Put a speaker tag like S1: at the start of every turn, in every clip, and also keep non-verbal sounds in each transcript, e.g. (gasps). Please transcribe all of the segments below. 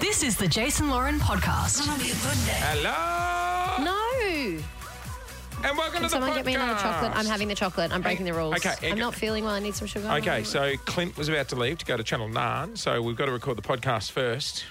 S1: This is the Jason Lauren podcast.
S2: Hello
S3: No.
S2: and welcome to the
S3: Someone
S2: podcast.
S3: get me another chocolate. I'm having the chocolate. I'm breaking the rules.
S2: Okay, okay.
S3: I'm not feeling well. I need some sugar.
S2: Okay, so Clint was about to leave to go to Channel 9, so we've got to record the podcast first.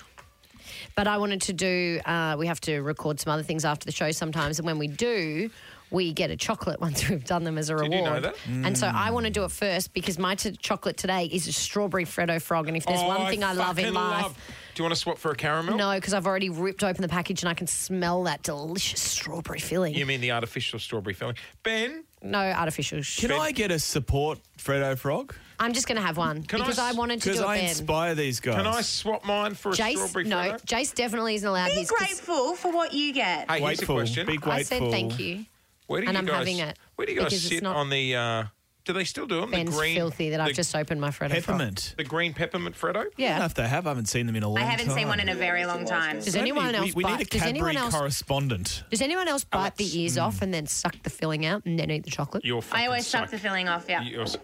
S3: But I wanted to do, uh, we have to record some other things after the show sometimes. And when we do, we get a chocolate (laughs) once we've done them as a
S2: you
S3: reward.
S2: know that? Mm.
S3: And so I want to do it first because my t- chocolate today is a strawberry Freddo frog. And if there's one
S2: one
S3: thing I, love in life,
S2: Do you want to swap for a caramel?
S3: no, because I've already ripped open the package and I can smell that delicious strawberry filling.
S2: You mean the artificial strawberry filling? Ben,
S3: no artificial. Sh-
S4: Can I get a support Fredo Frog?
S3: I'm just going to have one
S2: Can I
S3: because I,
S2: s-
S3: wanted to
S4: Because
S3: do it.
S4: I
S3: then.
S4: inspire these guys.
S2: can I swap mine for a strawberry
S3: Jace, no,
S2: filling?
S3: Jace definitely isn't allowed
S5: Be
S3: his. 'cause-
S5: grateful for what you get.
S2: Hey, here's a
S4: Waitful.
S2: question.
S4: Be grateful.
S3: I said thank you.
S2: Where do
S3: and
S2: you
S3: I'm
S2: guys,
S3: having it
S2: Where do you guys
S3: because it's
S2: sit
S3: not-
S2: on the... Uh, do they still do them?
S3: Ben's
S2: the green,
S3: filthy that I've
S2: the-
S3: just opened my Freddo. frog.
S4: Peppermint.
S2: The green peppermint Freddo?
S4: I don't know
S3: Yeah.
S4: if they have. I haven't seen them in a long
S5: I
S4: time.
S5: haven't seen one in a very long time.
S3: Does
S4: Don't
S3: anyone
S4: we-
S3: else?
S4: We, we
S3: bite,
S4: need a
S3: does anyone
S4: Cadbury
S3: else?
S4: correspondent.
S3: does anyone else bite the ears off and then suck the filling out and then eat the chocolate?
S2: You're
S5: I
S2: fucking
S5: always suck
S2: psych-
S5: the filling off, yeah.
S2: You're s-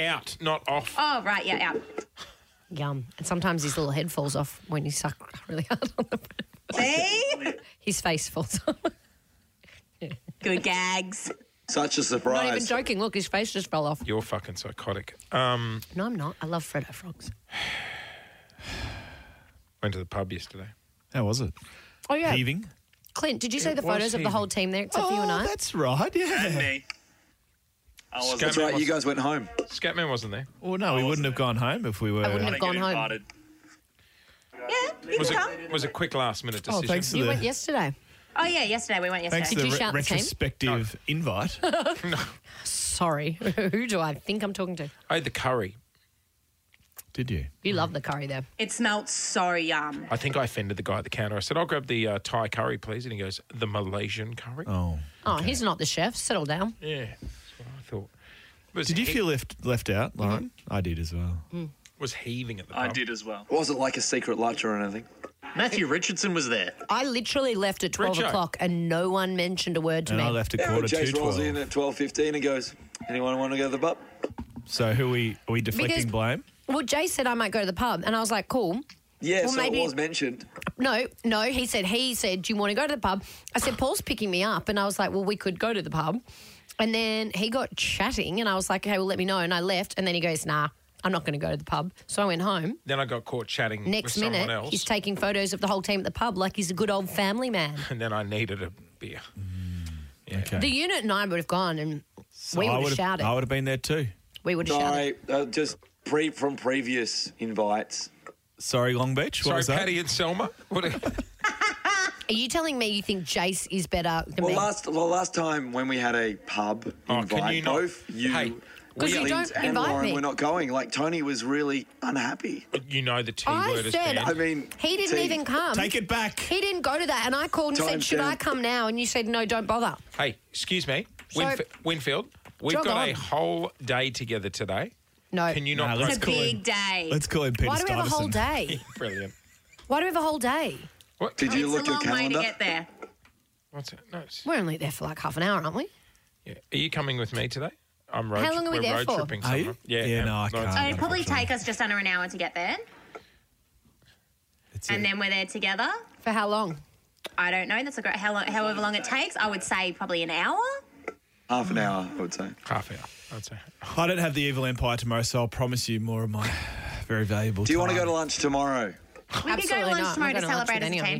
S2: out, not off.
S5: Oh, right, yeah, yeah.
S3: Yum. And sometimes his little head falls off when you suck (laughs) really hard on the.
S5: See?
S3: His face falls off.
S5: Good gags.
S6: Such a
S3: I'm not even
S6: surprise.
S3: joking. Look, his face just fell off.
S2: You're fucking psychotic. Um,
S3: No, I'm not. I love Freddo frogs.
S2: went to the pub yesterday.
S4: How was it?
S3: Oh yeah.
S4: Heaving.
S3: Clint, did you see
S2: It
S3: the
S2: was
S3: photos of the whole team there except for you and
S4: oh,
S3: I?
S4: that's right. Yeah.
S7: me. I wasn't
S6: That's right, you guys went home.
S2: Scatman wasn't there.
S4: Well, no, we wouldn't have gone home if we were.
S3: I wouldn't have gone
S7: gonna get
S3: home.
S7: invited.
S5: Yeah, you
S2: Was
S5: can
S2: it
S5: come.
S2: was a quick last minute
S4: Oh,
S2: decision.
S4: thanks to
S3: You
S4: the,
S3: went yesterday.
S5: Oh, yeah, yesterday we went
S4: thanks to
S5: yesterday.
S4: the
S3: you
S4: re-
S3: shout the same?
S4: retrospective invite.
S3: Sorry. (laughs) Who do I think I'm talking to?
S2: I had the curry.
S4: Did you?
S3: You love the curry there.
S5: It smelled so yum.
S2: I think I offended the guy at the counter. I said, "I'll grab the uh, Thai curry, please," and he goes, "The Malaysian curry."
S4: Oh.
S3: Oh, he's not the chef. Settle down.
S2: Yeah, that's what I thought. Was
S4: Did you
S2: he- Mm-hmm.
S4: feel left left out, Lauren? I did as well.
S3: Mm-hmm.
S2: was heaving at the pub?
S7: I did as well.
S6: Was it like a secret lunch or anything?
S7: Matthew Richardson was there.
S3: I literally left at 12
S2: Richo.
S3: o'clock and no one mentioned a word to
S4: And
S3: me.
S4: I left at
S6: Yeah,
S4: quarter to
S6: Jace rolls in
S4: twelve.
S6: at 12.15 and goes, anyone want to go to the pub?
S4: So who are we are we deflecting
S3: Because-
S4: blame?
S3: Well, Jay said I might go to the pub, and I was like, cool.
S6: Yeah,
S3: Well,
S6: so
S3: maybe-
S6: it was mentioned.
S3: No, no, he said, he said, do you want to go to the pub? I said, Paul's picking me up. And I was like, well, we could go to the pub. And then he got chatting, and I was like, okay, well, let me know. And I left, and then he goes, nah, I'm not going to go to the pub. So I went home.
S2: Then I got caught chatting
S3: Next
S2: with someone
S3: minute,
S2: else,
S3: he's taking photos of the whole team at the pub like he's a good old family man.
S2: and then I needed a beer.
S4: Okay.
S3: The unit and I would have gone, and we would
S4: I
S3: have
S4: would've-
S3: shouted.
S4: I would have been there too.
S3: we would have shouted.
S6: Sorry, uh, just pre from previous invites.
S4: Sorry, Long Beach. What
S2: Sorry,
S4: was that?
S2: Patty and Selma. What a- (laughs)
S3: Are you telling me you think Jace is better than
S6: Well,
S3: me?
S6: last well, last time when we had a pub
S2: Oh,
S6: invite,
S2: can you not-
S6: both you,
S2: Hey.
S3: Because you
S6: Clint
S3: don't
S6: and
S3: invite
S6: Lauren
S3: me.
S6: were not going. Like, Tony was really unhappy.
S2: you know the T
S3: I
S2: word is
S3: said-
S6: I
S2: banned.
S6: mean...
S3: He didn't
S6: T,
S3: even come.
S4: Take it back.
S3: He didn't go to that, and I called and said,
S6: Time
S3: "Should I
S6: down.
S3: come now?" And you said, "No, don't bother."
S2: Hey, excuse me,
S3: So-
S2: Winf- Winfield. We've
S3: Jog
S2: got
S3: on.
S2: a whole day together today.
S3: No.
S2: Can you not?
S4: Nah, let's
S5: It's a
S2: post-
S4: cool.
S5: big day.
S4: Let's call him Peter
S3: Why do we have a whole
S4: Stuyvesant. (laughs)
S3: day?
S2: (laughs) Brilliant.
S3: Why do we have a whole day?
S2: What?
S6: Did you
S5: it's
S6: look
S5: a
S6: your
S5: long way
S6: calendar?
S5: to get there.
S2: What's it? No, it's-
S3: We're only there for like half an hour, aren't we?
S2: Yeah. Are you coming with me today? I'm road.
S3: How long are we
S2: we're
S3: there
S2: road
S3: for?
S2: Tripping
S4: Are
S2: somewhere.
S4: you?
S2: Yeah.
S4: Yeah,
S2: um,
S4: no, I
S2: it's-
S4: can't.
S5: So it'd probably
S4: Unfortunately.
S5: take us just under an hour to get there,
S4: It's
S5: and
S4: it.
S5: then we're there together.
S3: For how long?
S5: I don't know. That's a great. How long, however long it takes, I would say probably an hour.
S6: Half an hour, I would say.
S2: Half hour. I'd say.
S4: I don't have the evil empire tomorrow, so I'll promise you more of my (sighs) very valuable.
S6: Do you want to
S4: time.
S6: go to lunch tomorrow?
S5: We could go to
S3: Absolutely
S5: lunch
S3: not. I'm
S5: tomorrow
S3: not
S5: to
S3: going to lunch
S5: celebrate
S3: with
S5: as a
S3: any of you.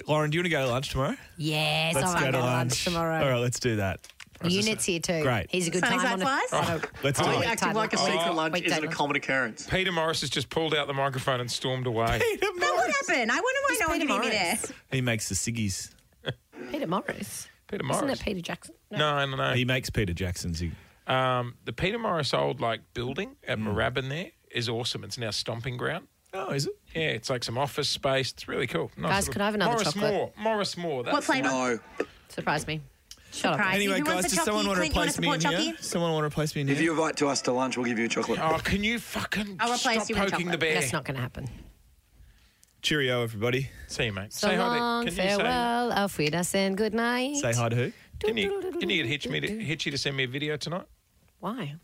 S5: team.
S4: Lauren, do you want to go to lunch tomorrow?
S3: Yes,
S4: Let's
S3: I might
S4: go to lunch.
S3: tomorrow.
S4: All right, let's do that.
S3: The unit's here too.
S4: Great.
S3: He's a good
S5: Something's
S3: time.
S5: like
S3: on
S5: twice?
S3: a- on
S4: Let's do
S3: Oh,
S4: it. (laughs)
S3: yeah.
S7: Acting like a
S3: Wait,
S7: secret
S3: wait,
S7: lunch
S3: wait,
S7: isn't a
S3: wait.
S7: common occurrence.
S2: Peter Morris has just pulled out the microphone and stormed
S3: (laughs)
S2: away.
S4: Peter
S5: That would
S4: Morris.
S5: happen. I wonder why
S3: Just
S5: no one
S3: Peter
S5: can hear me there.
S3: Morris.
S4: He makes the ciggies.
S3: a- Oh, Peter Morris.
S2: Peter
S3: Isn't
S2: Morris.
S3: it Peter Jackson?
S2: No, no, no.
S4: He makes Peter Jackson's. He-
S2: Um, the Peter Morris old like building at
S3: Mm.
S2: Moorabbin there is awesome. It's now stomping ground.
S4: Oh, is it?
S2: Yeah, it's like some office space. It's really cool. Nice
S3: Guys,
S2: little-
S3: could I have another
S2: Morris
S3: chocolate?
S2: Moore. Morris Moore. That's
S5: What flavour?
S6: No.
S3: Surprise me. Shut up.
S5: Surprise.
S4: Anyway,
S5: Who
S4: guys,
S5: wants a
S4: does
S5: chockey?
S4: someone want to
S5: Clint, you
S4: replace me in
S5: support
S4: here?
S5: chockey?
S4: Someone want to replace me in
S6: If
S4: here?
S6: you invite to us to lunch, we'll give you a chocolate.
S2: Oh, can you fucking
S5: I'll replace
S2: stop
S5: you with a
S2: poking the
S5: chocolate.
S2: bear?
S3: That's not going to happen.
S4: Cheerio, everybody.
S2: See you, mate.
S3: So
S2: say
S3: long,
S2: hi to, can
S3: farewell, auf Wiedersehen, good night.
S4: Say hi to who?
S2: you say can you can you get Hitch me to, Hitchy to send me a video tonight?
S3: Why?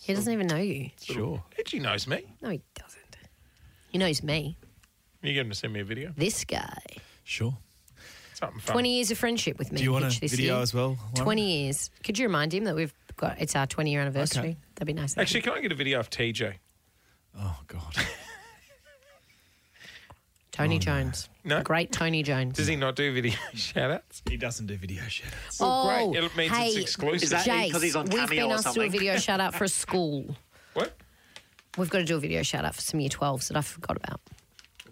S3: He doesn't even know you.
S4: Sure.
S2: Hitchy knows me.
S3: No, he doesn't. He knows me.
S2: Can you get him to send me a video?
S3: This guy.
S4: Sure.
S2: Something fun.
S3: 20 years of friendship with me.
S4: Do you want
S3: Hitch,
S4: a
S3: this
S4: video
S3: year.
S4: as well? Lauren?
S3: 20 years. Could you remind him that we've got, it's our 20 year anniversary?
S4: Okay.
S3: That'd be nice.
S2: Actually, can I get a video of TJ?
S4: Oh God. (laughs)
S3: Tony Jones.
S2: Oh, No?
S3: Great Tony Jones.
S2: Does he not do video (laughs) shout outs?
S4: he doesn't do video shit.
S3: (laughs) oh,
S2: Great. It means
S3: hey,
S2: it's exclusive.
S7: Is that-
S3: Jace,
S7: 'cause he's on
S3: we've
S7: Cameo
S3: been
S7: or
S3: asked to do a
S7: something? (laughs)
S3: video shout out for a school.
S2: what?
S3: We've got to do a video shout out for some year 12s that I forgot about.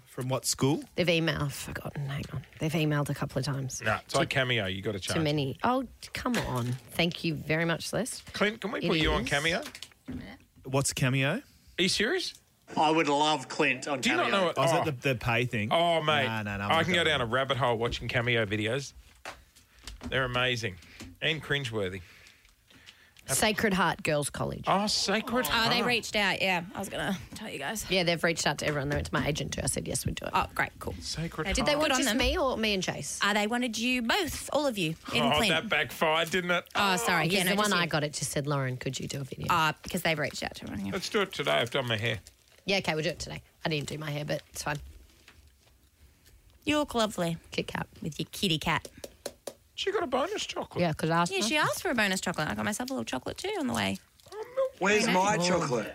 S4: From what school?
S3: They've emailed, I've forgotten, hang on. They've emailed a couple of times.
S2: No, it's like Cameo. you got to charge.
S3: Too many. Oh, come on. Thank you very much, Les.
S2: Clint, can we
S3: It
S2: put you on
S3: is.
S2: Cameo? Are
S4: What's Cameo?
S2: you serious?
S7: I would love Clint on
S2: Do you
S7: Cameo.
S2: not know what?
S4: Oh, is
S2: oh,
S4: that the, the pay thing?
S2: oh, mate.
S4: Nah, nah, nah, I'm
S2: I
S4: not
S2: can go
S4: going.
S2: down a rabbit hole watching Cameo videos. They're amazing and cringeworthy.
S3: Sacred Heart Girls College.
S2: Oh, Sacred
S8: Oh,
S2: Heart.
S8: they reached out. Yeah, I was gonna tell you guys.
S3: Yeah, they've reached out to everyone. They went to my agent too. I said, yes, we'd do it.
S8: Oh, great, cool.
S2: Sacred
S8: Did
S2: Heart.
S8: they
S3: They
S8: Good
S3: want
S8: on
S3: just
S8: them.
S3: me or me and Chase?
S8: Uh, they wanted you both, all of you, in
S2: Oh,
S8: Clint.
S2: that backfired, didn't it?
S8: oh, sorry. Yeah,
S3: Because
S8: no,
S3: the one
S8: just
S3: I
S8: you.
S3: got, it just said, Lauren, could you do a video?
S8: Ah, because they've reached out to everyone. yeah.
S2: Let's do it today. I've done my hair.
S3: yeah, okay, we'll do it today. I didn't do my hair, but it's fine.
S8: You look lovely
S3: Kit Kat.
S8: with your kitty cat.
S2: She got a bonus chocolate.
S3: Yeah, because I asked
S8: Yeah,
S3: her.
S8: she asked for a bonus chocolate. I got myself a little chocolate too on the way.
S6: Where's my chocolate?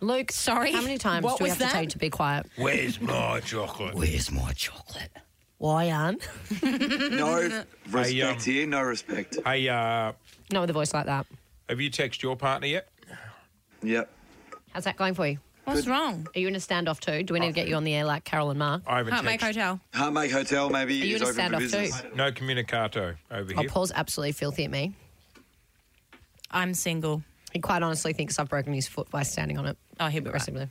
S3: Luke,
S8: Sorry,
S3: How many times
S8: what
S3: do we
S8: was
S3: have to tell
S8: that?
S3: you to be quiet?
S2: Where's my chocolate?
S8: Where's my chocolate?
S3: Why, aren't?
S6: No respect
S2: um,
S6: here, no respect.
S2: Hey, uh,
S3: (laughs) Not with a voice like that.
S2: have you texted your partner yet?
S6: Yep.
S3: How's that going for you?
S8: What's wrong?
S3: Are you in a standoff too? Do we need to get you on the air like Carol and Mark?
S2: I haven't
S8: Heartmake
S2: texted.
S8: Hotel.
S6: Harmake Hotel maybe
S3: Are you
S6: is
S3: in a
S6: open for
S3: standoff
S6: business.
S3: too?
S2: No communicato over
S3: Oh,
S2: here.
S3: Paul's absolutely filthy at me.
S8: I'm single.
S3: He quite honestly thinks I've broken his foot by standing on it.
S8: Oh, he'll be right.
S3: Aggressively.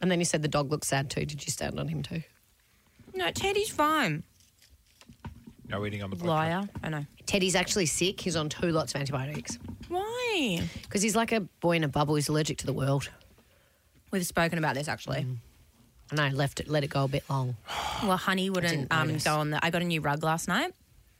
S3: And then you said the dog looks sad too. Did you stand on him too?
S8: No, Teddy's fine.
S2: No eating on the podcast.
S8: Liar. I know.
S3: Teddy's actually sick. He's on two lots of antibiotics
S8: Why?
S3: because he's like a boy in a bubble. He's allergic to the world.
S8: We've spoken about this actually.
S3: And I left it, let it go a bit long.
S8: Well, Honey wouldn't
S3: didn't
S8: um,
S3: notice.
S8: go on the. I got a new rug last night,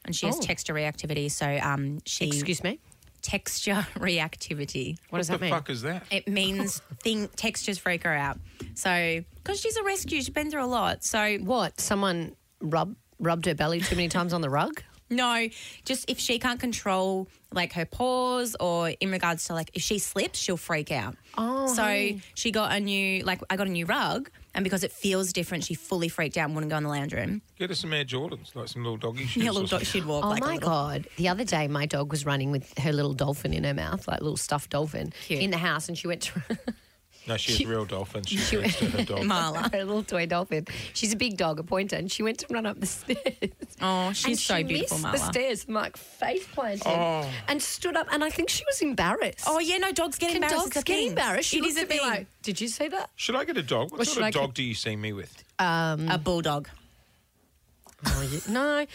S8: and she has
S3: Oh.
S8: texture reactivity. So um, she
S3: Excuse me.
S8: texture (laughs) reactivity.
S3: What does
S2: What
S3: that
S2: the
S3: mean?
S2: fuck is that?
S8: It
S3: (laughs)
S8: means thing textures freak her out. So because she's a rescue, she's been through a lot. So
S3: What? Someone rub, rubbed her belly too many times on the (laughs) rug?
S8: No, just if she can't control like her paws or in regards to like if she slips, she'll freak out.
S3: Oh,
S8: so
S3: hey.
S8: she got a new like I got a new rug, and because it feels different, she fully freaked out and wouldn't go in the lounge
S3: (laughs)
S8: room.
S2: Get us some Air Jordans, like some little doggy shoes.
S8: Yeah,
S2: or
S8: little dog,
S2: something.
S8: she'd walk.
S3: Oh
S8: like a
S3: my
S8: little-
S3: god! The other day, my dog was running with her little dolphin in her mouth, like little stuffed dolphin,
S8: Cute.
S3: in the house, and she went to (laughs)
S2: No, she's a real
S8: (laughs)
S2: dolphin. She's she, next to her dog.
S8: (laughs) Marla.
S3: her little toy dolphin. She's a big dog, a pointer, and she went to run up the stairs.
S8: Oh, she's
S3: and
S8: so
S3: she
S8: beautiful,
S3: missed
S8: Marla.
S3: the stairs, and, like face planted,
S2: Oh.
S3: and stood up, and I think she was embarrassed.
S8: Oh yeah, no dogs get
S3: Can
S8: embarrassed.
S3: dogs
S8: it's a
S3: get
S8: thing.
S3: embarrassed? She
S8: It is
S3: looked
S8: a
S3: at me
S8: thing.
S3: like, Did you see that?
S2: Should I get a dog? What,
S3: What should
S2: sort
S3: I
S2: of
S3: get?
S2: dog do you see me with?
S8: a bulldog.
S3: Oh, you, no,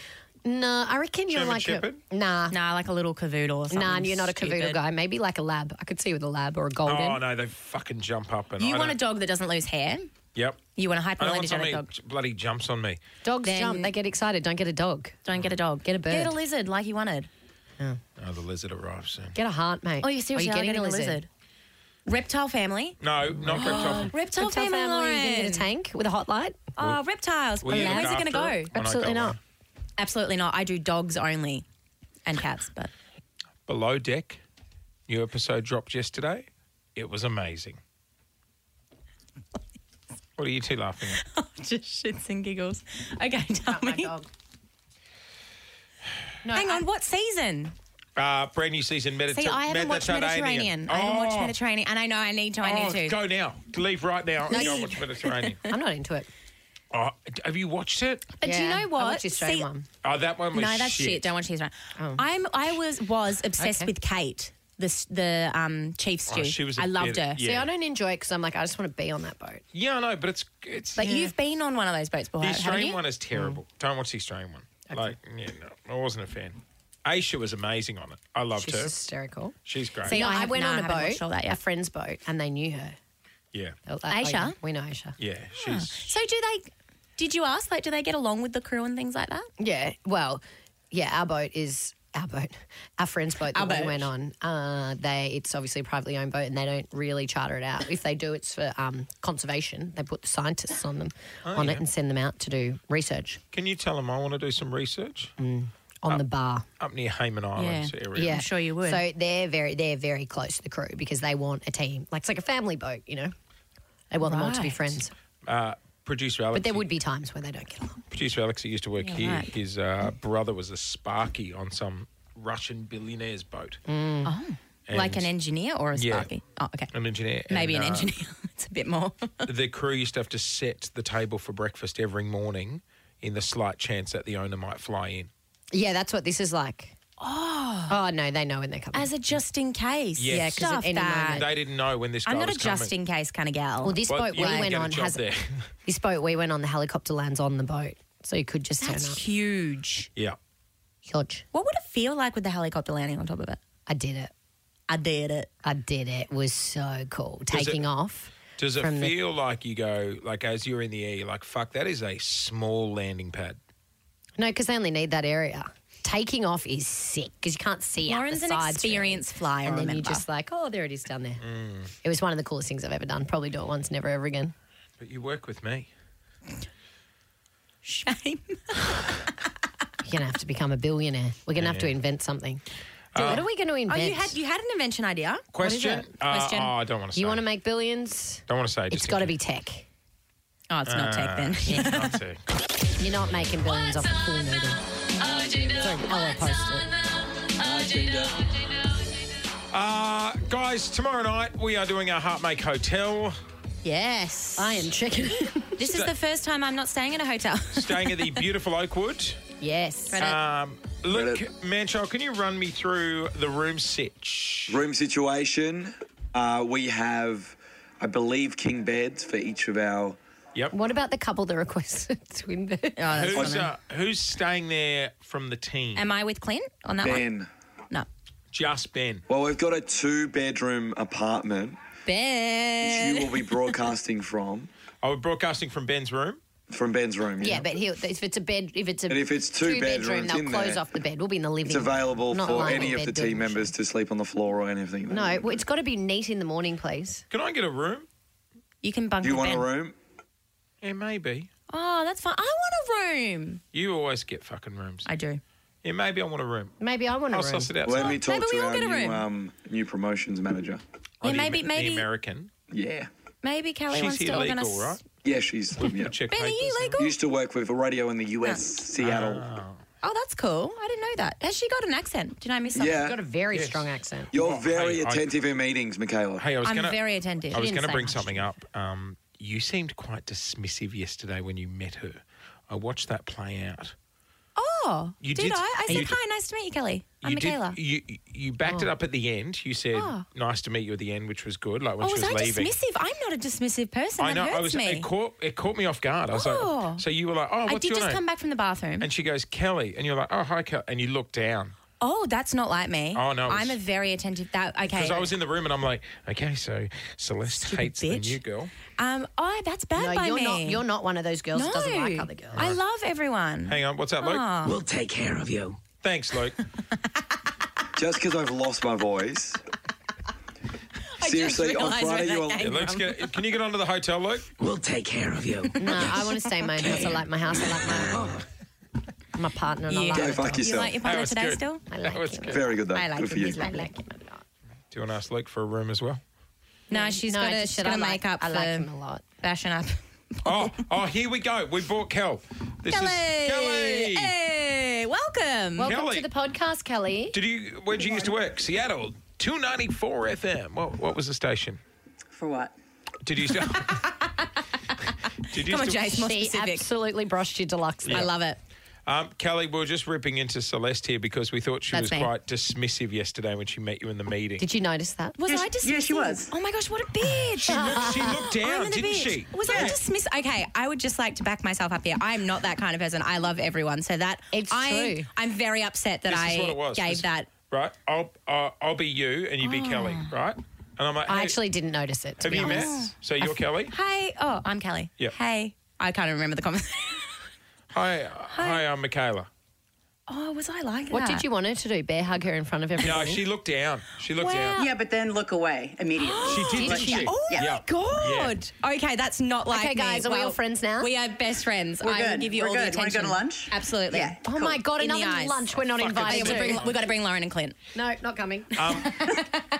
S3: no. I reckon you're
S2: German
S3: like
S2: Shepherd?
S3: a nah.
S8: Nah, like a little cavoodle or something.
S3: Nah, you're not a
S8: stupid.
S3: Cavoodle guy. Maybe like a lab. I could see you with a lab or a golden.
S2: Oh no, they fucking jump up and
S8: You
S2: I
S8: want a
S2: don't-
S8: dog that doesn't lose hair.
S2: Yep.
S8: You want a
S2: I don't want
S8: hypoallergenic
S2: somebody
S8: dog.
S2: j- bloody jumps on me.
S3: Dogs
S8: Then-
S3: jump. They get excited. Don't get a dog.
S8: Don't get a dog.
S3: Get a bird.
S8: Get a lizard like you wanted.
S2: Oh, the lizard arrives soon.
S3: Get a heart, mate.
S8: Oh, you seriously
S3: are
S8: are getting a lizard? Reptile family.
S2: No,
S8: (gasps)
S2: not reptile.
S8: Reptile,
S3: Reptile
S8: family,
S3: family, you gonna get a
S8: Lauren.
S3: tank with a hot light?
S8: Oh, reptiles.
S2: Will you
S8: Where's
S2: look
S8: it going to
S2: after
S8: go?
S2: it? When I
S3: Absolutely
S2: go
S3: not.
S2: on.
S8: Absolutely not. I do dogs only and cats, but
S2: Below deck, new episode dropped yesterday. It
S8: (laughs)
S2: was amazing. What are you two laughing at?
S8: just shits and giggles. Okay, tell me.
S3: No,
S8: Hang on, what season?
S2: Uh, brand new season, Mediter-
S8: See, I haven't watched Mediterranean. I haven't watched
S2: Oh.
S8: Mediterranean, and I know I need to. I
S2: Oh,
S8: need to.
S2: go now. Leave right now and go and
S3: you-
S8: (laughs)
S2: watch Mediterranean.
S3: (laughs) I'm not into it.
S2: oh, have you watched it?
S8: But Uh, do you
S3: Yeah,
S8: know what?
S3: I watched the Australian
S8: See-
S3: one.
S2: Oh, that one was
S8: No, that's shit. Don't watch his one. I'm. I was was obsessed
S3: Okay.
S8: with Kate. The s- the um, chief
S2: Oh,
S8: stew.
S2: she was a
S8: I loved
S2: bit-
S8: her.
S2: yeah.
S3: See, I don't enjoy it because I'm like, I just want to be on that boat.
S2: Yeah, I know, but it's it's.
S8: But
S2: yeah.
S8: you've been on one of those boats before,
S2: the
S8: haven't
S2: Australian
S8: you? Mm.
S2: one is terrible. Don't watch the Australian one. Like, yeah, no, I wasn't a fan. Aisha was amazing on it. I loved
S3: Oh, She's
S2: her.
S3: hysterical.
S2: She's great.
S8: See,
S3: No,
S8: I
S3: I,
S8: have-
S3: went
S8: no, I
S3: on a
S8: haven't watched
S3: boat,
S8: all that yet.
S3: a friend's boat, and they knew her.
S2: yeah,
S3: They were like,
S8: Aisha?
S3: yeah, we know Aisha.
S2: yeah, she's.
S8: So do they? Mm. Did you ask? Like, do they get along with the crew and things like that?
S3: Yeah, well, yeah, our boat is our boat, our friend's boat that
S8: Our
S3: we
S8: boat.
S3: went on. Uh, they it's obviously a privately owned boat, and they don't really charter it out. If they do, it's for um, conservation. They put the scientists on them
S8: Oh,
S3: on it and send them out to do research
S2: Can you tell them I want to do some research
S3: on the bar.
S2: up near Hayman Islands
S8: Yeah.
S2: area?
S8: Oh, I'm sure you would.
S3: So they're very they're very close to the crew because they want a team. Like it's like a family boat, you know. They want them all to be
S8: Right.
S3: friends,
S2: Producer Alex.
S3: but there would be times where they don't get along.
S2: Producer Alex who used to work
S8: Yeah,
S2: here.
S8: right.
S2: His uh, brother was a sparky on some Russian billionaire's boat.
S8: Mm. Oh. like an
S2: And-
S8: engineer or a
S2: Yeah.
S8: sparky? Oh, okay.
S2: An engineer.
S8: Maybe
S2: And,
S8: an
S2: uh,
S8: engineer. (laughs) it's a bit more.
S2: the crew used to have to set the table for breakfast every morning in the slight chance that the owner might fly in.
S3: Yeah, that's what this is like. Oh, oh no, they know when they're coming.
S8: As a just in case.
S2: Yes. Yeah, 'cause
S3: at
S8: Stuff
S3: any
S8: that.
S3: moment-
S2: They didn't know when this guy
S8: I'm not a
S2: was coming.
S8: just in case kind of gal.
S3: well, Oh, this
S2: Well,
S3: boat
S2: you
S3: we
S2: can
S3: went
S2: get a
S3: on
S2: job
S3: has
S2: there.
S3: (laughs) this boat we went on. The helicopter lands on the boat, so you could just turn up.
S8: That's huge.
S2: Yeah.
S3: Huge.
S8: What would it feel like with the helicopter landing on top of it?
S3: I did it.
S8: I did it.
S3: I did it. It was so cool.
S2: it-
S3: Taking off.
S2: Does it
S3: From the-
S2: feel like you go, like, as you're in the air, you're like, fuck, that is a small landing pad?
S3: No, because they only need that area. Taking off is sick because you can't see
S8: Lauren's
S3: out the
S8: an
S3: sides really.
S8: experienced flyer.
S3: And then
S8: remember.
S3: you're just like, oh, there it is down there.
S2: Mm.
S3: It was one of the coolest things I've ever done. Probably do it once, never ever again.
S2: But you work with me.
S8: (laughs) shame.
S3: You're gonna have to become a billionaire. We're gonna have to invent something.
S2: Uh,
S3: Dude, what are we gonna
S8: Oh,
S3: invent?
S8: you had you had an invention idea. What is
S2: Question?
S8: it?
S2: Uh,
S8: Question.
S2: Oh, I don't want to say.
S3: you want to make billions?
S2: Don't want to say.
S3: It's got to be tech.
S8: oh, it's not tech
S2: (laughs)
S8: then.
S2: be.
S3: You're not making billions off a pool noodle. Sorry, I'll post it.
S2: uh, guys, tomorrow night we are doing our Heartmake Hotel,
S8: Yes.
S3: I am chicken. (laughs)
S8: This is the first time I'm not staying in a (laughs) hotel.
S2: staying at the beautiful Oakwood.
S3: yes.
S2: Um, Luke
S6: Reddit.
S2: Manchel, can you run me through the room sitch?
S6: Room situation. Uh, we have, I believe, king beds for each of our.
S2: Yep.
S3: What about the couple that (laughs) requested twin beds?
S8: Oh,
S2: Who's, uh, who's staying there from the team?
S8: Am I with Clint on that one?
S6: Ben.
S8: No.
S2: Just Ben.
S6: Well, we've got a two bedroom apartment
S8: Ben.
S6: you will
S3: (laughs)
S6: be broadcasting from.
S2: Oh, we're broadcasting from Ben's room.
S6: From Ben's room.
S3: Yeah, but he'll, if it's a bed, if it's a
S6: And if it's two
S3: bedroom,
S6: bedrooms
S3: they'll
S6: in
S3: close
S6: there,
S3: off the bed. We'll be in the living.
S6: It's available
S3: not
S6: for
S3: lying
S6: any
S3: in
S6: of the
S3: bed
S6: team
S3: doing
S6: members to sleep on the floor or anything.
S3: shit. No, well, it's got to be neat in the morning, please.
S2: Can I get a room?
S8: You can bunk
S6: Do you
S8: with
S6: want
S8: ben.
S6: a room?
S2: Yeah, maybe.
S8: Oh, that's fine. I want a room.
S2: You always get fucking rooms.
S8: I do.
S2: yeah, maybe I want a room.
S3: Maybe I want a
S2: I'll
S3: room.
S2: suss it out.
S6: Let me
S8: Maybe
S6: talk
S8: we
S6: to
S8: all
S6: our
S8: get a
S6: new,
S8: room.
S6: um, new promotions manager.
S8: Yeah,
S2: the,
S8: maybe
S2: Amer- the
S8: maybe
S2: American.
S6: Yeah.
S8: maybe Kelly
S2: She's
S8: wants to
S2: illegal,
S8: organise.
S2: right?
S6: Yeah, she's. Yeah.
S2: We'll check
S8: Ben, are
S2: papers.
S8: you legal?
S6: Used to work with a radio in the US, Seattle.
S2: Ah.
S8: Oh, that's cool. I didn't know that. Has she got an accent? Did I miss something?
S3: Got a
S6: yeah.
S3: very strong accent.
S6: You're
S2: Oh,
S6: very
S2: hey, I-
S6: attentive in meetings, Michaela.
S2: Hey, I was
S8: I'm
S2: gonna,
S8: very attentive.
S2: I was
S8: She
S2: going
S8: didn't
S2: to
S8: say
S2: bring
S8: much.
S2: something up. Um, you seemed quite dismissive yesterday when you met her. I watched that play out.
S8: Oh,
S2: You
S8: did,
S2: did-
S8: I? I
S2: you
S8: said
S2: did-
S8: hi. Nice to meet you, Kelly. I'm
S2: you
S8: Michaela.
S2: Did, you you backed it up at the end. You said nice to meet you at the end, which was good. Like when
S8: oh,
S2: she
S8: was
S2: was
S8: I
S2: leaving.
S8: dismissive? I'm not a dismissive person.
S2: I know.
S8: That hurts
S2: I was. uh,
S8: me.
S2: It caught. It caught me off guard. I was
S8: Oh.
S2: like. So you were like, oh, what's
S8: I did
S2: your
S8: just
S2: name?
S8: come back from the bathroom.
S2: And she goes, Kelly, and you're like, oh, hi, Kelly, and you look down
S8: oh, that's not like me.
S2: Oh, no, it was-
S8: I'm a very attentive. That okay.
S2: because I was in the room and I'm like, okay, so Celeste
S8: Stupid
S2: hates the
S8: bitch.
S2: new girl.
S8: um. Oh, that's bad
S3: No,
S8: by
S3: you're
S8: me.
S3: not. You're not one of those girls
S8: no.
S3: that doesn't like other girls.
S8: I love everyone.
S2: Hang on, what's that, Luke?
S8: Ah.
S9: We'll take care of you.
S2: Thanks,
S8: (laughs)
S2: Luke.
S6: Just because I've lost my voice. Seriously, on
S8: realised where
S6: Friday
S8: that
S6: you're.
S8: came (laughs)
S2: Yeah, Luke's get, can you get onto the hotel, Luke?
S9: We'll take care of you.
S3: No, I want to stay in my own house. I like my house. I like my
S6: (gasps)
S3: my partner. And
S8: Yeah.
S3: I
S6: Go
S3: like my
S6: fuck
S3: dog.
S8: You
S6: yourself.
S8: like your
S2: That
S8: partner
S2: was
S8: today
S2: good.
S8: still?
S3: I
S2: That
S3: like
S2: was
S3: him.
S2: good.
S6: (laughs) Very good, though.
S8: I like
S6: good for
S8: him.
S6: you.
S8: He's
S3: I
S8: lovely.
S3: like him a lot.
S2: Do you want to ask Luke for a room as well?
S8: No, she's
S3: no,
S8: got
S3: I
S8: to.
S3: just
S8: She's
S3: said
S8: got
S3: I
S8: to
S3: like-
S8: make up
S3: I like
S8: for
S3: him a lot.
S8: bashing up.
S2: Oh, oh, here we go. We bought Kel. This
S8: Kelly.
S2: is Kelly.
S8: Hey, welcome.
S3: Welcome
S2: Kelly.
S3: to the podcast, Kelly.
S2: Did you? Where'd you used to work? Seattle, two ninety four FM. What, what was the station?
S5: For what?
S2: Did you? Used to, (laughs) did you
S8: Come on,
S2: used to-
S8: Jace. More
S3: she
S8: specific.
S3: absolutely brushed you deluxe.
S8: I love it.
S2: Um, Kelly, we are just ripping into Celeste here because we thought she
S8: That's
S2: was
S8: me.
S2: quite dismissive yesterday when she met you in the meeting.
S3: Did you notice that?
S8: Was
S5: Yes,
S8: I dismissive?
S5: yeah, she was.
S8: Oh my gosh,
S2: (sighs)
S8: what a bitch.
S2: she, looked, she
S8: (laughs)
S2: looked
S8: I'm
S2: down,
S8: the
S2: didn't
S8: bitch.
S2: she?
S8: Was I dismissive? Okay, I would just like to back myself up here. I'm not that kind of person. I love everyone, so that
S3: It's
S8: I,
S3: true.
S8: I'm very upset that
S2: This
S8: I
S2: is what it was.
S8: gave
S2: This-
S8: that.
S2: Right? I'll uh, I'll be you and you be Kelly, right? And I'm like,
S3: I
S2: hey,
S3: actually didn't notice it. To
S2: have
S3: be
S2: you
S3: honest.
S2: met? So you're Kelly.
S8: Hey, oh, I'm Kelly.
S2: Yep.
S8: Hey, I can't remember the conversation.
S2: Hi, hi, I'm Michaela.
S8: (laughs) Oh, was I like
S3: What
S8: that?
S3: did you want her to do? Bear hug her in front of everybody?
S2: No, she looked down. She looked down.
S5: Yeah, but then look away immediately.
S3: (gasps)
S2: She did, didn't she?
S5: Oh,
S8: Oh
S2: Yeah.
S8: my god! Okay, that's not like
S3: Okay, guys,
S8: me.
S3: are we all friends now?
S8: We are best friends.
S5: We're
S8: I will
S5: good.
S8: give you
S5: We're
S8: all the
S5: good. Wanna go
S8: attention.
S5: to lunch?
S8: Absolutely.
S5: Yeah.
S3: oh my God,
S8: In the
S3: another
S8: eyes.
S3: lunch we're not
S8: Okay,
S3: invited
S8: we'll bring,
S3: to.
S8: we got to bring Lauren and Clint.
S3: No, not coming.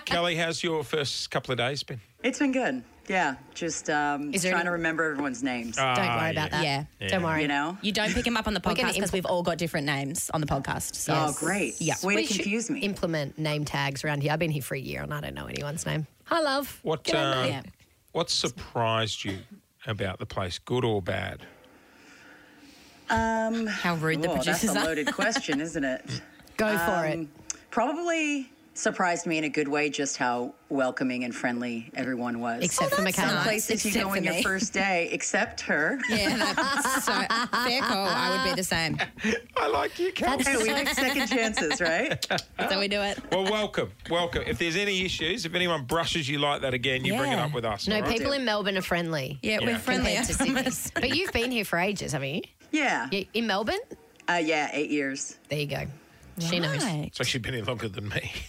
S2: Kelly, how's your first couple of days been?
S5: It's been good. Yeah, just um,
S3: Is there
S5: trying
S3: any-
S5: to remember everyone's names.
S3: Don't
S2: Ah,
S3: worry about that.
S8: Yeah.
S3: Don't worry.
S5: you know.
S8: You don't pick him
S5: (laughs)
S8: up on the
S3: We're gonna
S8: podcast because
S3: impl-
S8: we've all got different names on the podcast. So.
S5: Oh, great.
S8: Yeah.
S5: Way
S3: We
S5: to
S3: should
S5: confuse me.
S3: Implement name tags around here. I've been here for a year and I don't know anyone's name. Hi, love.
S2: What,
S3: G'day,
S2: uh,
S3: mate.
S8: Yeah.
S2: what surprised you about the place, good or bad?
S8: How rude the
S5: Oh, that's
S8: producers
S5: a
S8: are. (laughs)
S3: (laughs)
S5: loaded question, isn't it?
S3: Go for it.
S5: Um, Probably surprised me in a good way just how welcoming and friendly everyone was.
S3: Except for
S8: that's
S3: McKenna.
S5: some
S8: nice.
S5: places you
S8: Except
S5: go
S8: for
S5: on your
S8: me.
S5: first day,
S3: (laughs)
S5: except her.
S8: Yeah, that's so fair call. I would be the same.
S2: I like you, Kelly. (laughs)
S5: Hey, (laughs) we like second chances, right?
S3: (laughs)
S8: That's how we do it.
S2: Well, welcome, welcome. If there's any issues, if anyone brushes you like that again, you bring it
S8: Yeah.
S2: up with us.
S3: No,
S2: all right?
S3: people in Melbourne are friendly.
S8: Yeah, we're friendly.
S3: Compared to Sydney. (laughs) but you've been here for ages, haven't you?
S5: Yeah.
S3: Yeah, In Melbourne?
S5: Uh, yeah, eight years.
S3: There you go. She knows.
S8: (laughs) Right.
S2: It's actually been here longer than me. (laughs)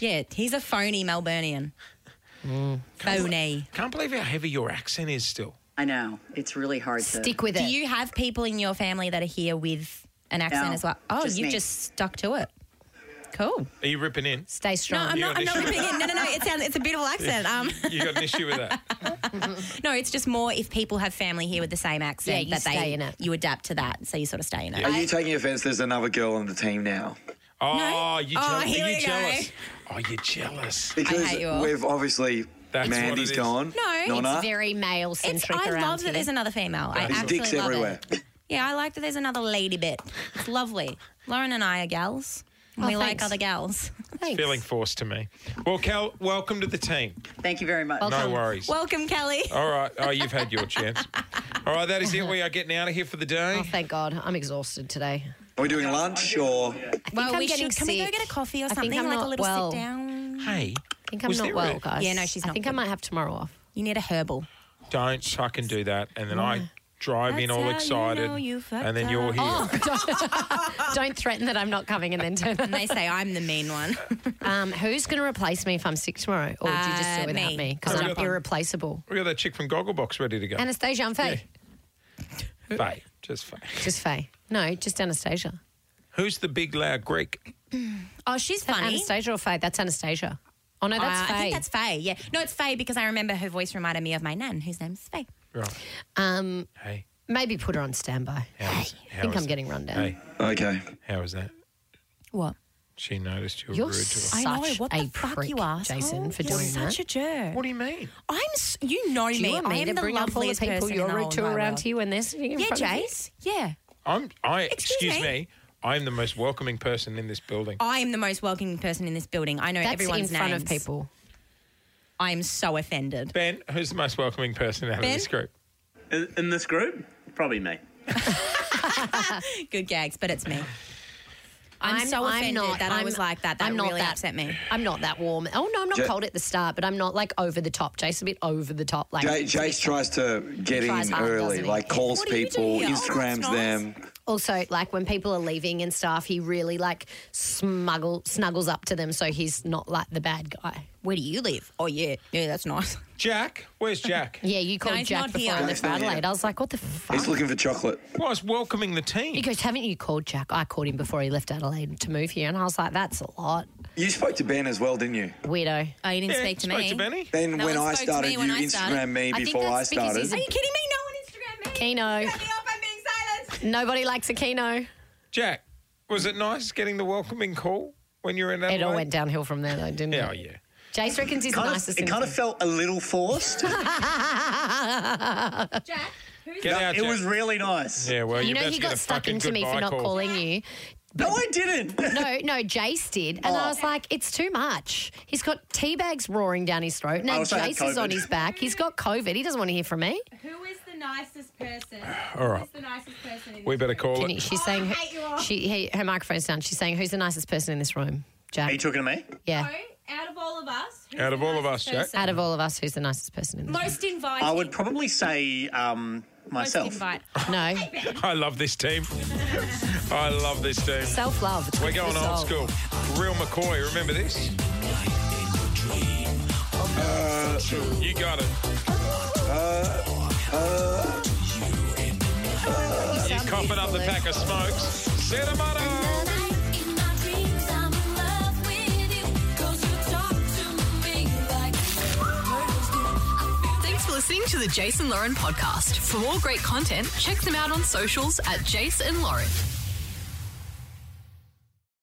S8: Yeah, he's a phony Melburnian. Phony.
S2: Can't believe how heavy your accent is still.
S5: I know. It's really hard to.
S3: Stick with it.
S8: Do you have people in your family that are here with an accent
S5: No,
S8: as well? Oh,
S5: just
S8: you've
S5: me.
S8: just stuck to it. Cool.
S2: Are you ripping in?
S3: Stay
S8: No,
S3: strong.
S8: I'm
S2: You
S8: not. I'm
S2: got an
S8: not
S2: issue with
S8: ripping in. No, no, no. It sounds. It's a beautiful accent. Um,
S2: You got an issue with that?
S8: (laughs) no, it's just more if people have family here with the same accent
S3: Yeah, you
S8: that
S3: stay
S8: they
S3: in it.
S8: you adapt to that, so you sort of stay in it.
S6: Are you taking offense? There's another girl on the team now.
S2: Oh, you
S8: Oh,
S2: jealous?
S8: here
S2: are
S8: we
S2: you
S8: go.
S2: jealous? Are you jealous?
S6: Because
S8: hate you all.
S6: we've obviously
S2: That's what
S6: Mandy's
S2: it is.
S6: gone.
S8: No,
S6: Nonna.
S3: Very male
S8: It's,
S3: centric.
S8: I love that there's another female. I
S6: There's
S8: absolutely
S6: dicks
S8: love
S6: everywhere.
S8: it. Yeah, I like that there's another lady bit. It's lovely. Lauren and I are gals. and
S3: Oh,
S8: we like
S3: thanks.
S8: other gals. (laughs)
S3: Thanks.
S2: Feeling forced to me. Well, Cal, welcome to the team.
S5: Thank you very much.
S2: No worries.
S8: Welcome, Kelly.
S2: All right. Oh, you've had
S8: (laughs)
S2: your chance. All right, that is it. We are getting out of here for the day.
S3: Oh, thank God. I'm exhausted today.
S6: Are we doing lunch or?
S8: Well,
S3: I'm
S8: we
S3: getting
S8: should. Can we go
S3: sick.
S8: get a coffee or
S3: I think
S8: something?
S3: I'm
S8: like a
S3: not
S8: little
S3: well.
S8: sit down.
S2: Hey,
S3: I think I'm
S2: was
S3: not
S2: there
S3: well,
S2: a-
S3: guys.
S8: Yeah, no, she's
S3: I
S8: not
S3: think I
S8: good.
S3: might have tomorrow off.
S8: You need a herbal.
S2: Don't fucking do that. And then I drive in
S8: That's
S2: all
S8: how you
S2: excited,
S8: know you fucked
S2: and then you're
S8: up. Oh.
S2: here.
S3: (laughs) Don't threaten that I'm not coming and then turn.
S8: And they say I'm the mean
S3: (laughs)
S8: one.
S3: Um, who's going to replace me if I'm sick tomorrow? Or do you just do
S8: Uh,
S3: it without
S8: me.
S3: me? Because
S2: Oh,
S3: I'm
S2: really?
S3: irreplaceable.
S2: We got that chick from Gogglebox ready to go.
S3: Anastasia, I'm Faye.
S2: Faye, just Faye.
S3: Just Faye. No, just Anastasia.
S2: Who's the big loud Greek?
S8: Oh, she's (laughs) funny.
S3: Anastasia or Faye? That's Anastasia. Oh, no, that's
S8: Uh,
S3: Faye.
S8: I think that's Faye. Yeah. No, it's Faye because I remember her voice reminded me of my nan, whose name's Faye.
S2: Right.
S3: um,
S2: Hey,
S3: maybe put her on standby.
S2: how is,
S3: I
S2: how
S3: think
S2: is
S3: I'm
S2: it?
S3: getting run down.
S2: Hey,
S6: Okay.
S2: how was that?
S8: What?
S2: She noticed you were
S3: You're
S2: rude to her.
S3: s-
S8: I know.
S3: Such
S8: What
S3: a
S8: the fuck
S3: prick,
S8: you are,
S3: Jason, for
S8: You're
S3: doing
S8: such
S3: that.
S8: a jerk.
S2: What do you mean?
S8: I'm. s- You know
S3: Do
S8: me.
S3: you want
S8: I
S3: me
S8: am
S3: to
S8: the
S3: bring up all the
S8: loveliest
S3: people
S8: person
S3: you're
S8: in the
S3: rude to
S8: whole entire
S3: around
S8: world.
S3: to you when they're sitting in
S8: Yeah,
S3: front of you?
S8: Jace. Yeah.
S2: I'm. I excuse,
S8: Excuse
S2: me.
S8: me?
S2: I'm the most welcoming person in this building.
S8: I am the most welcoming person in this building. I know
S3: That's
S8: everyone's
S3: in front of
S8: names.
S3: people.
S8: I am so offended.
S2: Ben, who's the most welcoming person out
S8: Ben?
S2: of this group?
S7: In, in this group, probably me.
S8: (laughs) Good gags, but it's me. I'm,
S3: I'm-
S8: so
S3: I'm
S8: offended
S3: not-
S8: that
S3: I'm-
S8: i was like that. That
S3: I'm not
S8: really
S3: that-
S8: upset me.
S3: I'm not that warm. Oh no, I'm not
S6: Ja-
S3: cold at the start, but I'm not like over the top. Jason, a bit over the top. Like
S6: J- Jace tries to get
S3: tries
S6: in
S3: hard,
S6: early,
S3: doesn't he?
S6: like calls
S8: What are you
S6: people,
S8: doing here? Oh,
S6: Instagrams
S8: that's nice.
S6: them.
S3: also like when people are leaving and stuff, he really like smuggle snuggles up to them, so he's not like the bad guy.
S8: Where do you live? Oh yeah, yeah, that's nice.
S2: Jack, where's Jack?
S3: Yeah, you called
S8: he's
S3: Jack
S8: not
S3: before
S8: here.
S3: I
S8: No,
S3: left
S6: he's
S3: for
S6: not here.
S3: Adelaide. I was like, what the fuck?
S6: He's looking for chocolate.
S2: Well, I was welcoming the
S3: he
S2: team.
S3: goes, haven't you called Jack? I called him before he left Adelaide to move here, and I was like, that's a lot,
S6: You spoke to Ben as well, didn't you?
S3: weirdo.
S8: Oh, you didn't
S2: Yeah,
S8: speak to
S2: spoke
S8: me.
S2: to Benny.
S6: Then
S8: No
S6: when
S8: one
S6: I
S8: spoke to
S6: started,
S8: me when
S6: you
S8: I started.
S6: started. Instagrammed me
S3: I think
S6: before I
S3: that's because
S6: started.
S3: he's
S8: Are you kidding me? No one Instagram me.
S3: Keno.
S8: Cut me off. I'm being silenced.
S3: Nobody likes a keno.
S2: Jack, was it nice getting the welcoming call when you were in Adelaide?
S3: It all went downhill from there, though, didn't
S2: Yeah, oh,
S3: it?
S2: yeah.
S3: Jace reckons he's the
S7: Kind
S3: nicest.
S7: of, it
S3: in
S7: kind
S3: the-
S7: of felt a little forced.
S2: (laughs)
S8: Jack, who's
S2: Get out,
S7: it
S2: Jack.
S7: was really nice.
S2: Yeah, well,
S3: you
S2: you're
S3: know,
S2: about
S3: he
S2: to Oh, get
S3: got
S2: a
S3: stuck
S2: fucking
S3: into me for
S2: goodbye
S3: not
S2: call.
S3: calling you.
S7: No, I didn't.
S3: (laughs) No, no, Jace did. And I was
S2: Oh.
S3: like, it's too much. He's got tea bags roaring down his throat. Now
S7: also had
S3: Jace is on
S7: COVID.
S3: his back. He's got COVID. He doesn't want to hear from me.
S8: who is the nicest person?
S2: All right,
S8: the nicest person in
S2: we better call
S3: Didn't he?
S2: it.
S3: She's
S8: Oh,
S3: saying
S8: I hate you all.
S3: she he, her microphone's down. She's saying, who's the nicest person in this room? Jack.
S7: Are you talking to me?
S3: yeah.
S8: out of all of us,
S2: Out of the all of nicest us, Jack. person?
S3: Out of all of us, who's the nicest person in this room?
S8: most inviting.
S7: I would probably say um, myself.
S3: (laughs) No.
S2: (laughs) I love this team. I love this team.
S3: Self love.
S2: We're going old school. Real McCoy, remember this? you got it. He's coughing up the pack of smokes. Set him on
S1: Thanks for listening to the Jason Lauren podcast. For more great content, check them out on socials at Jason Lauren.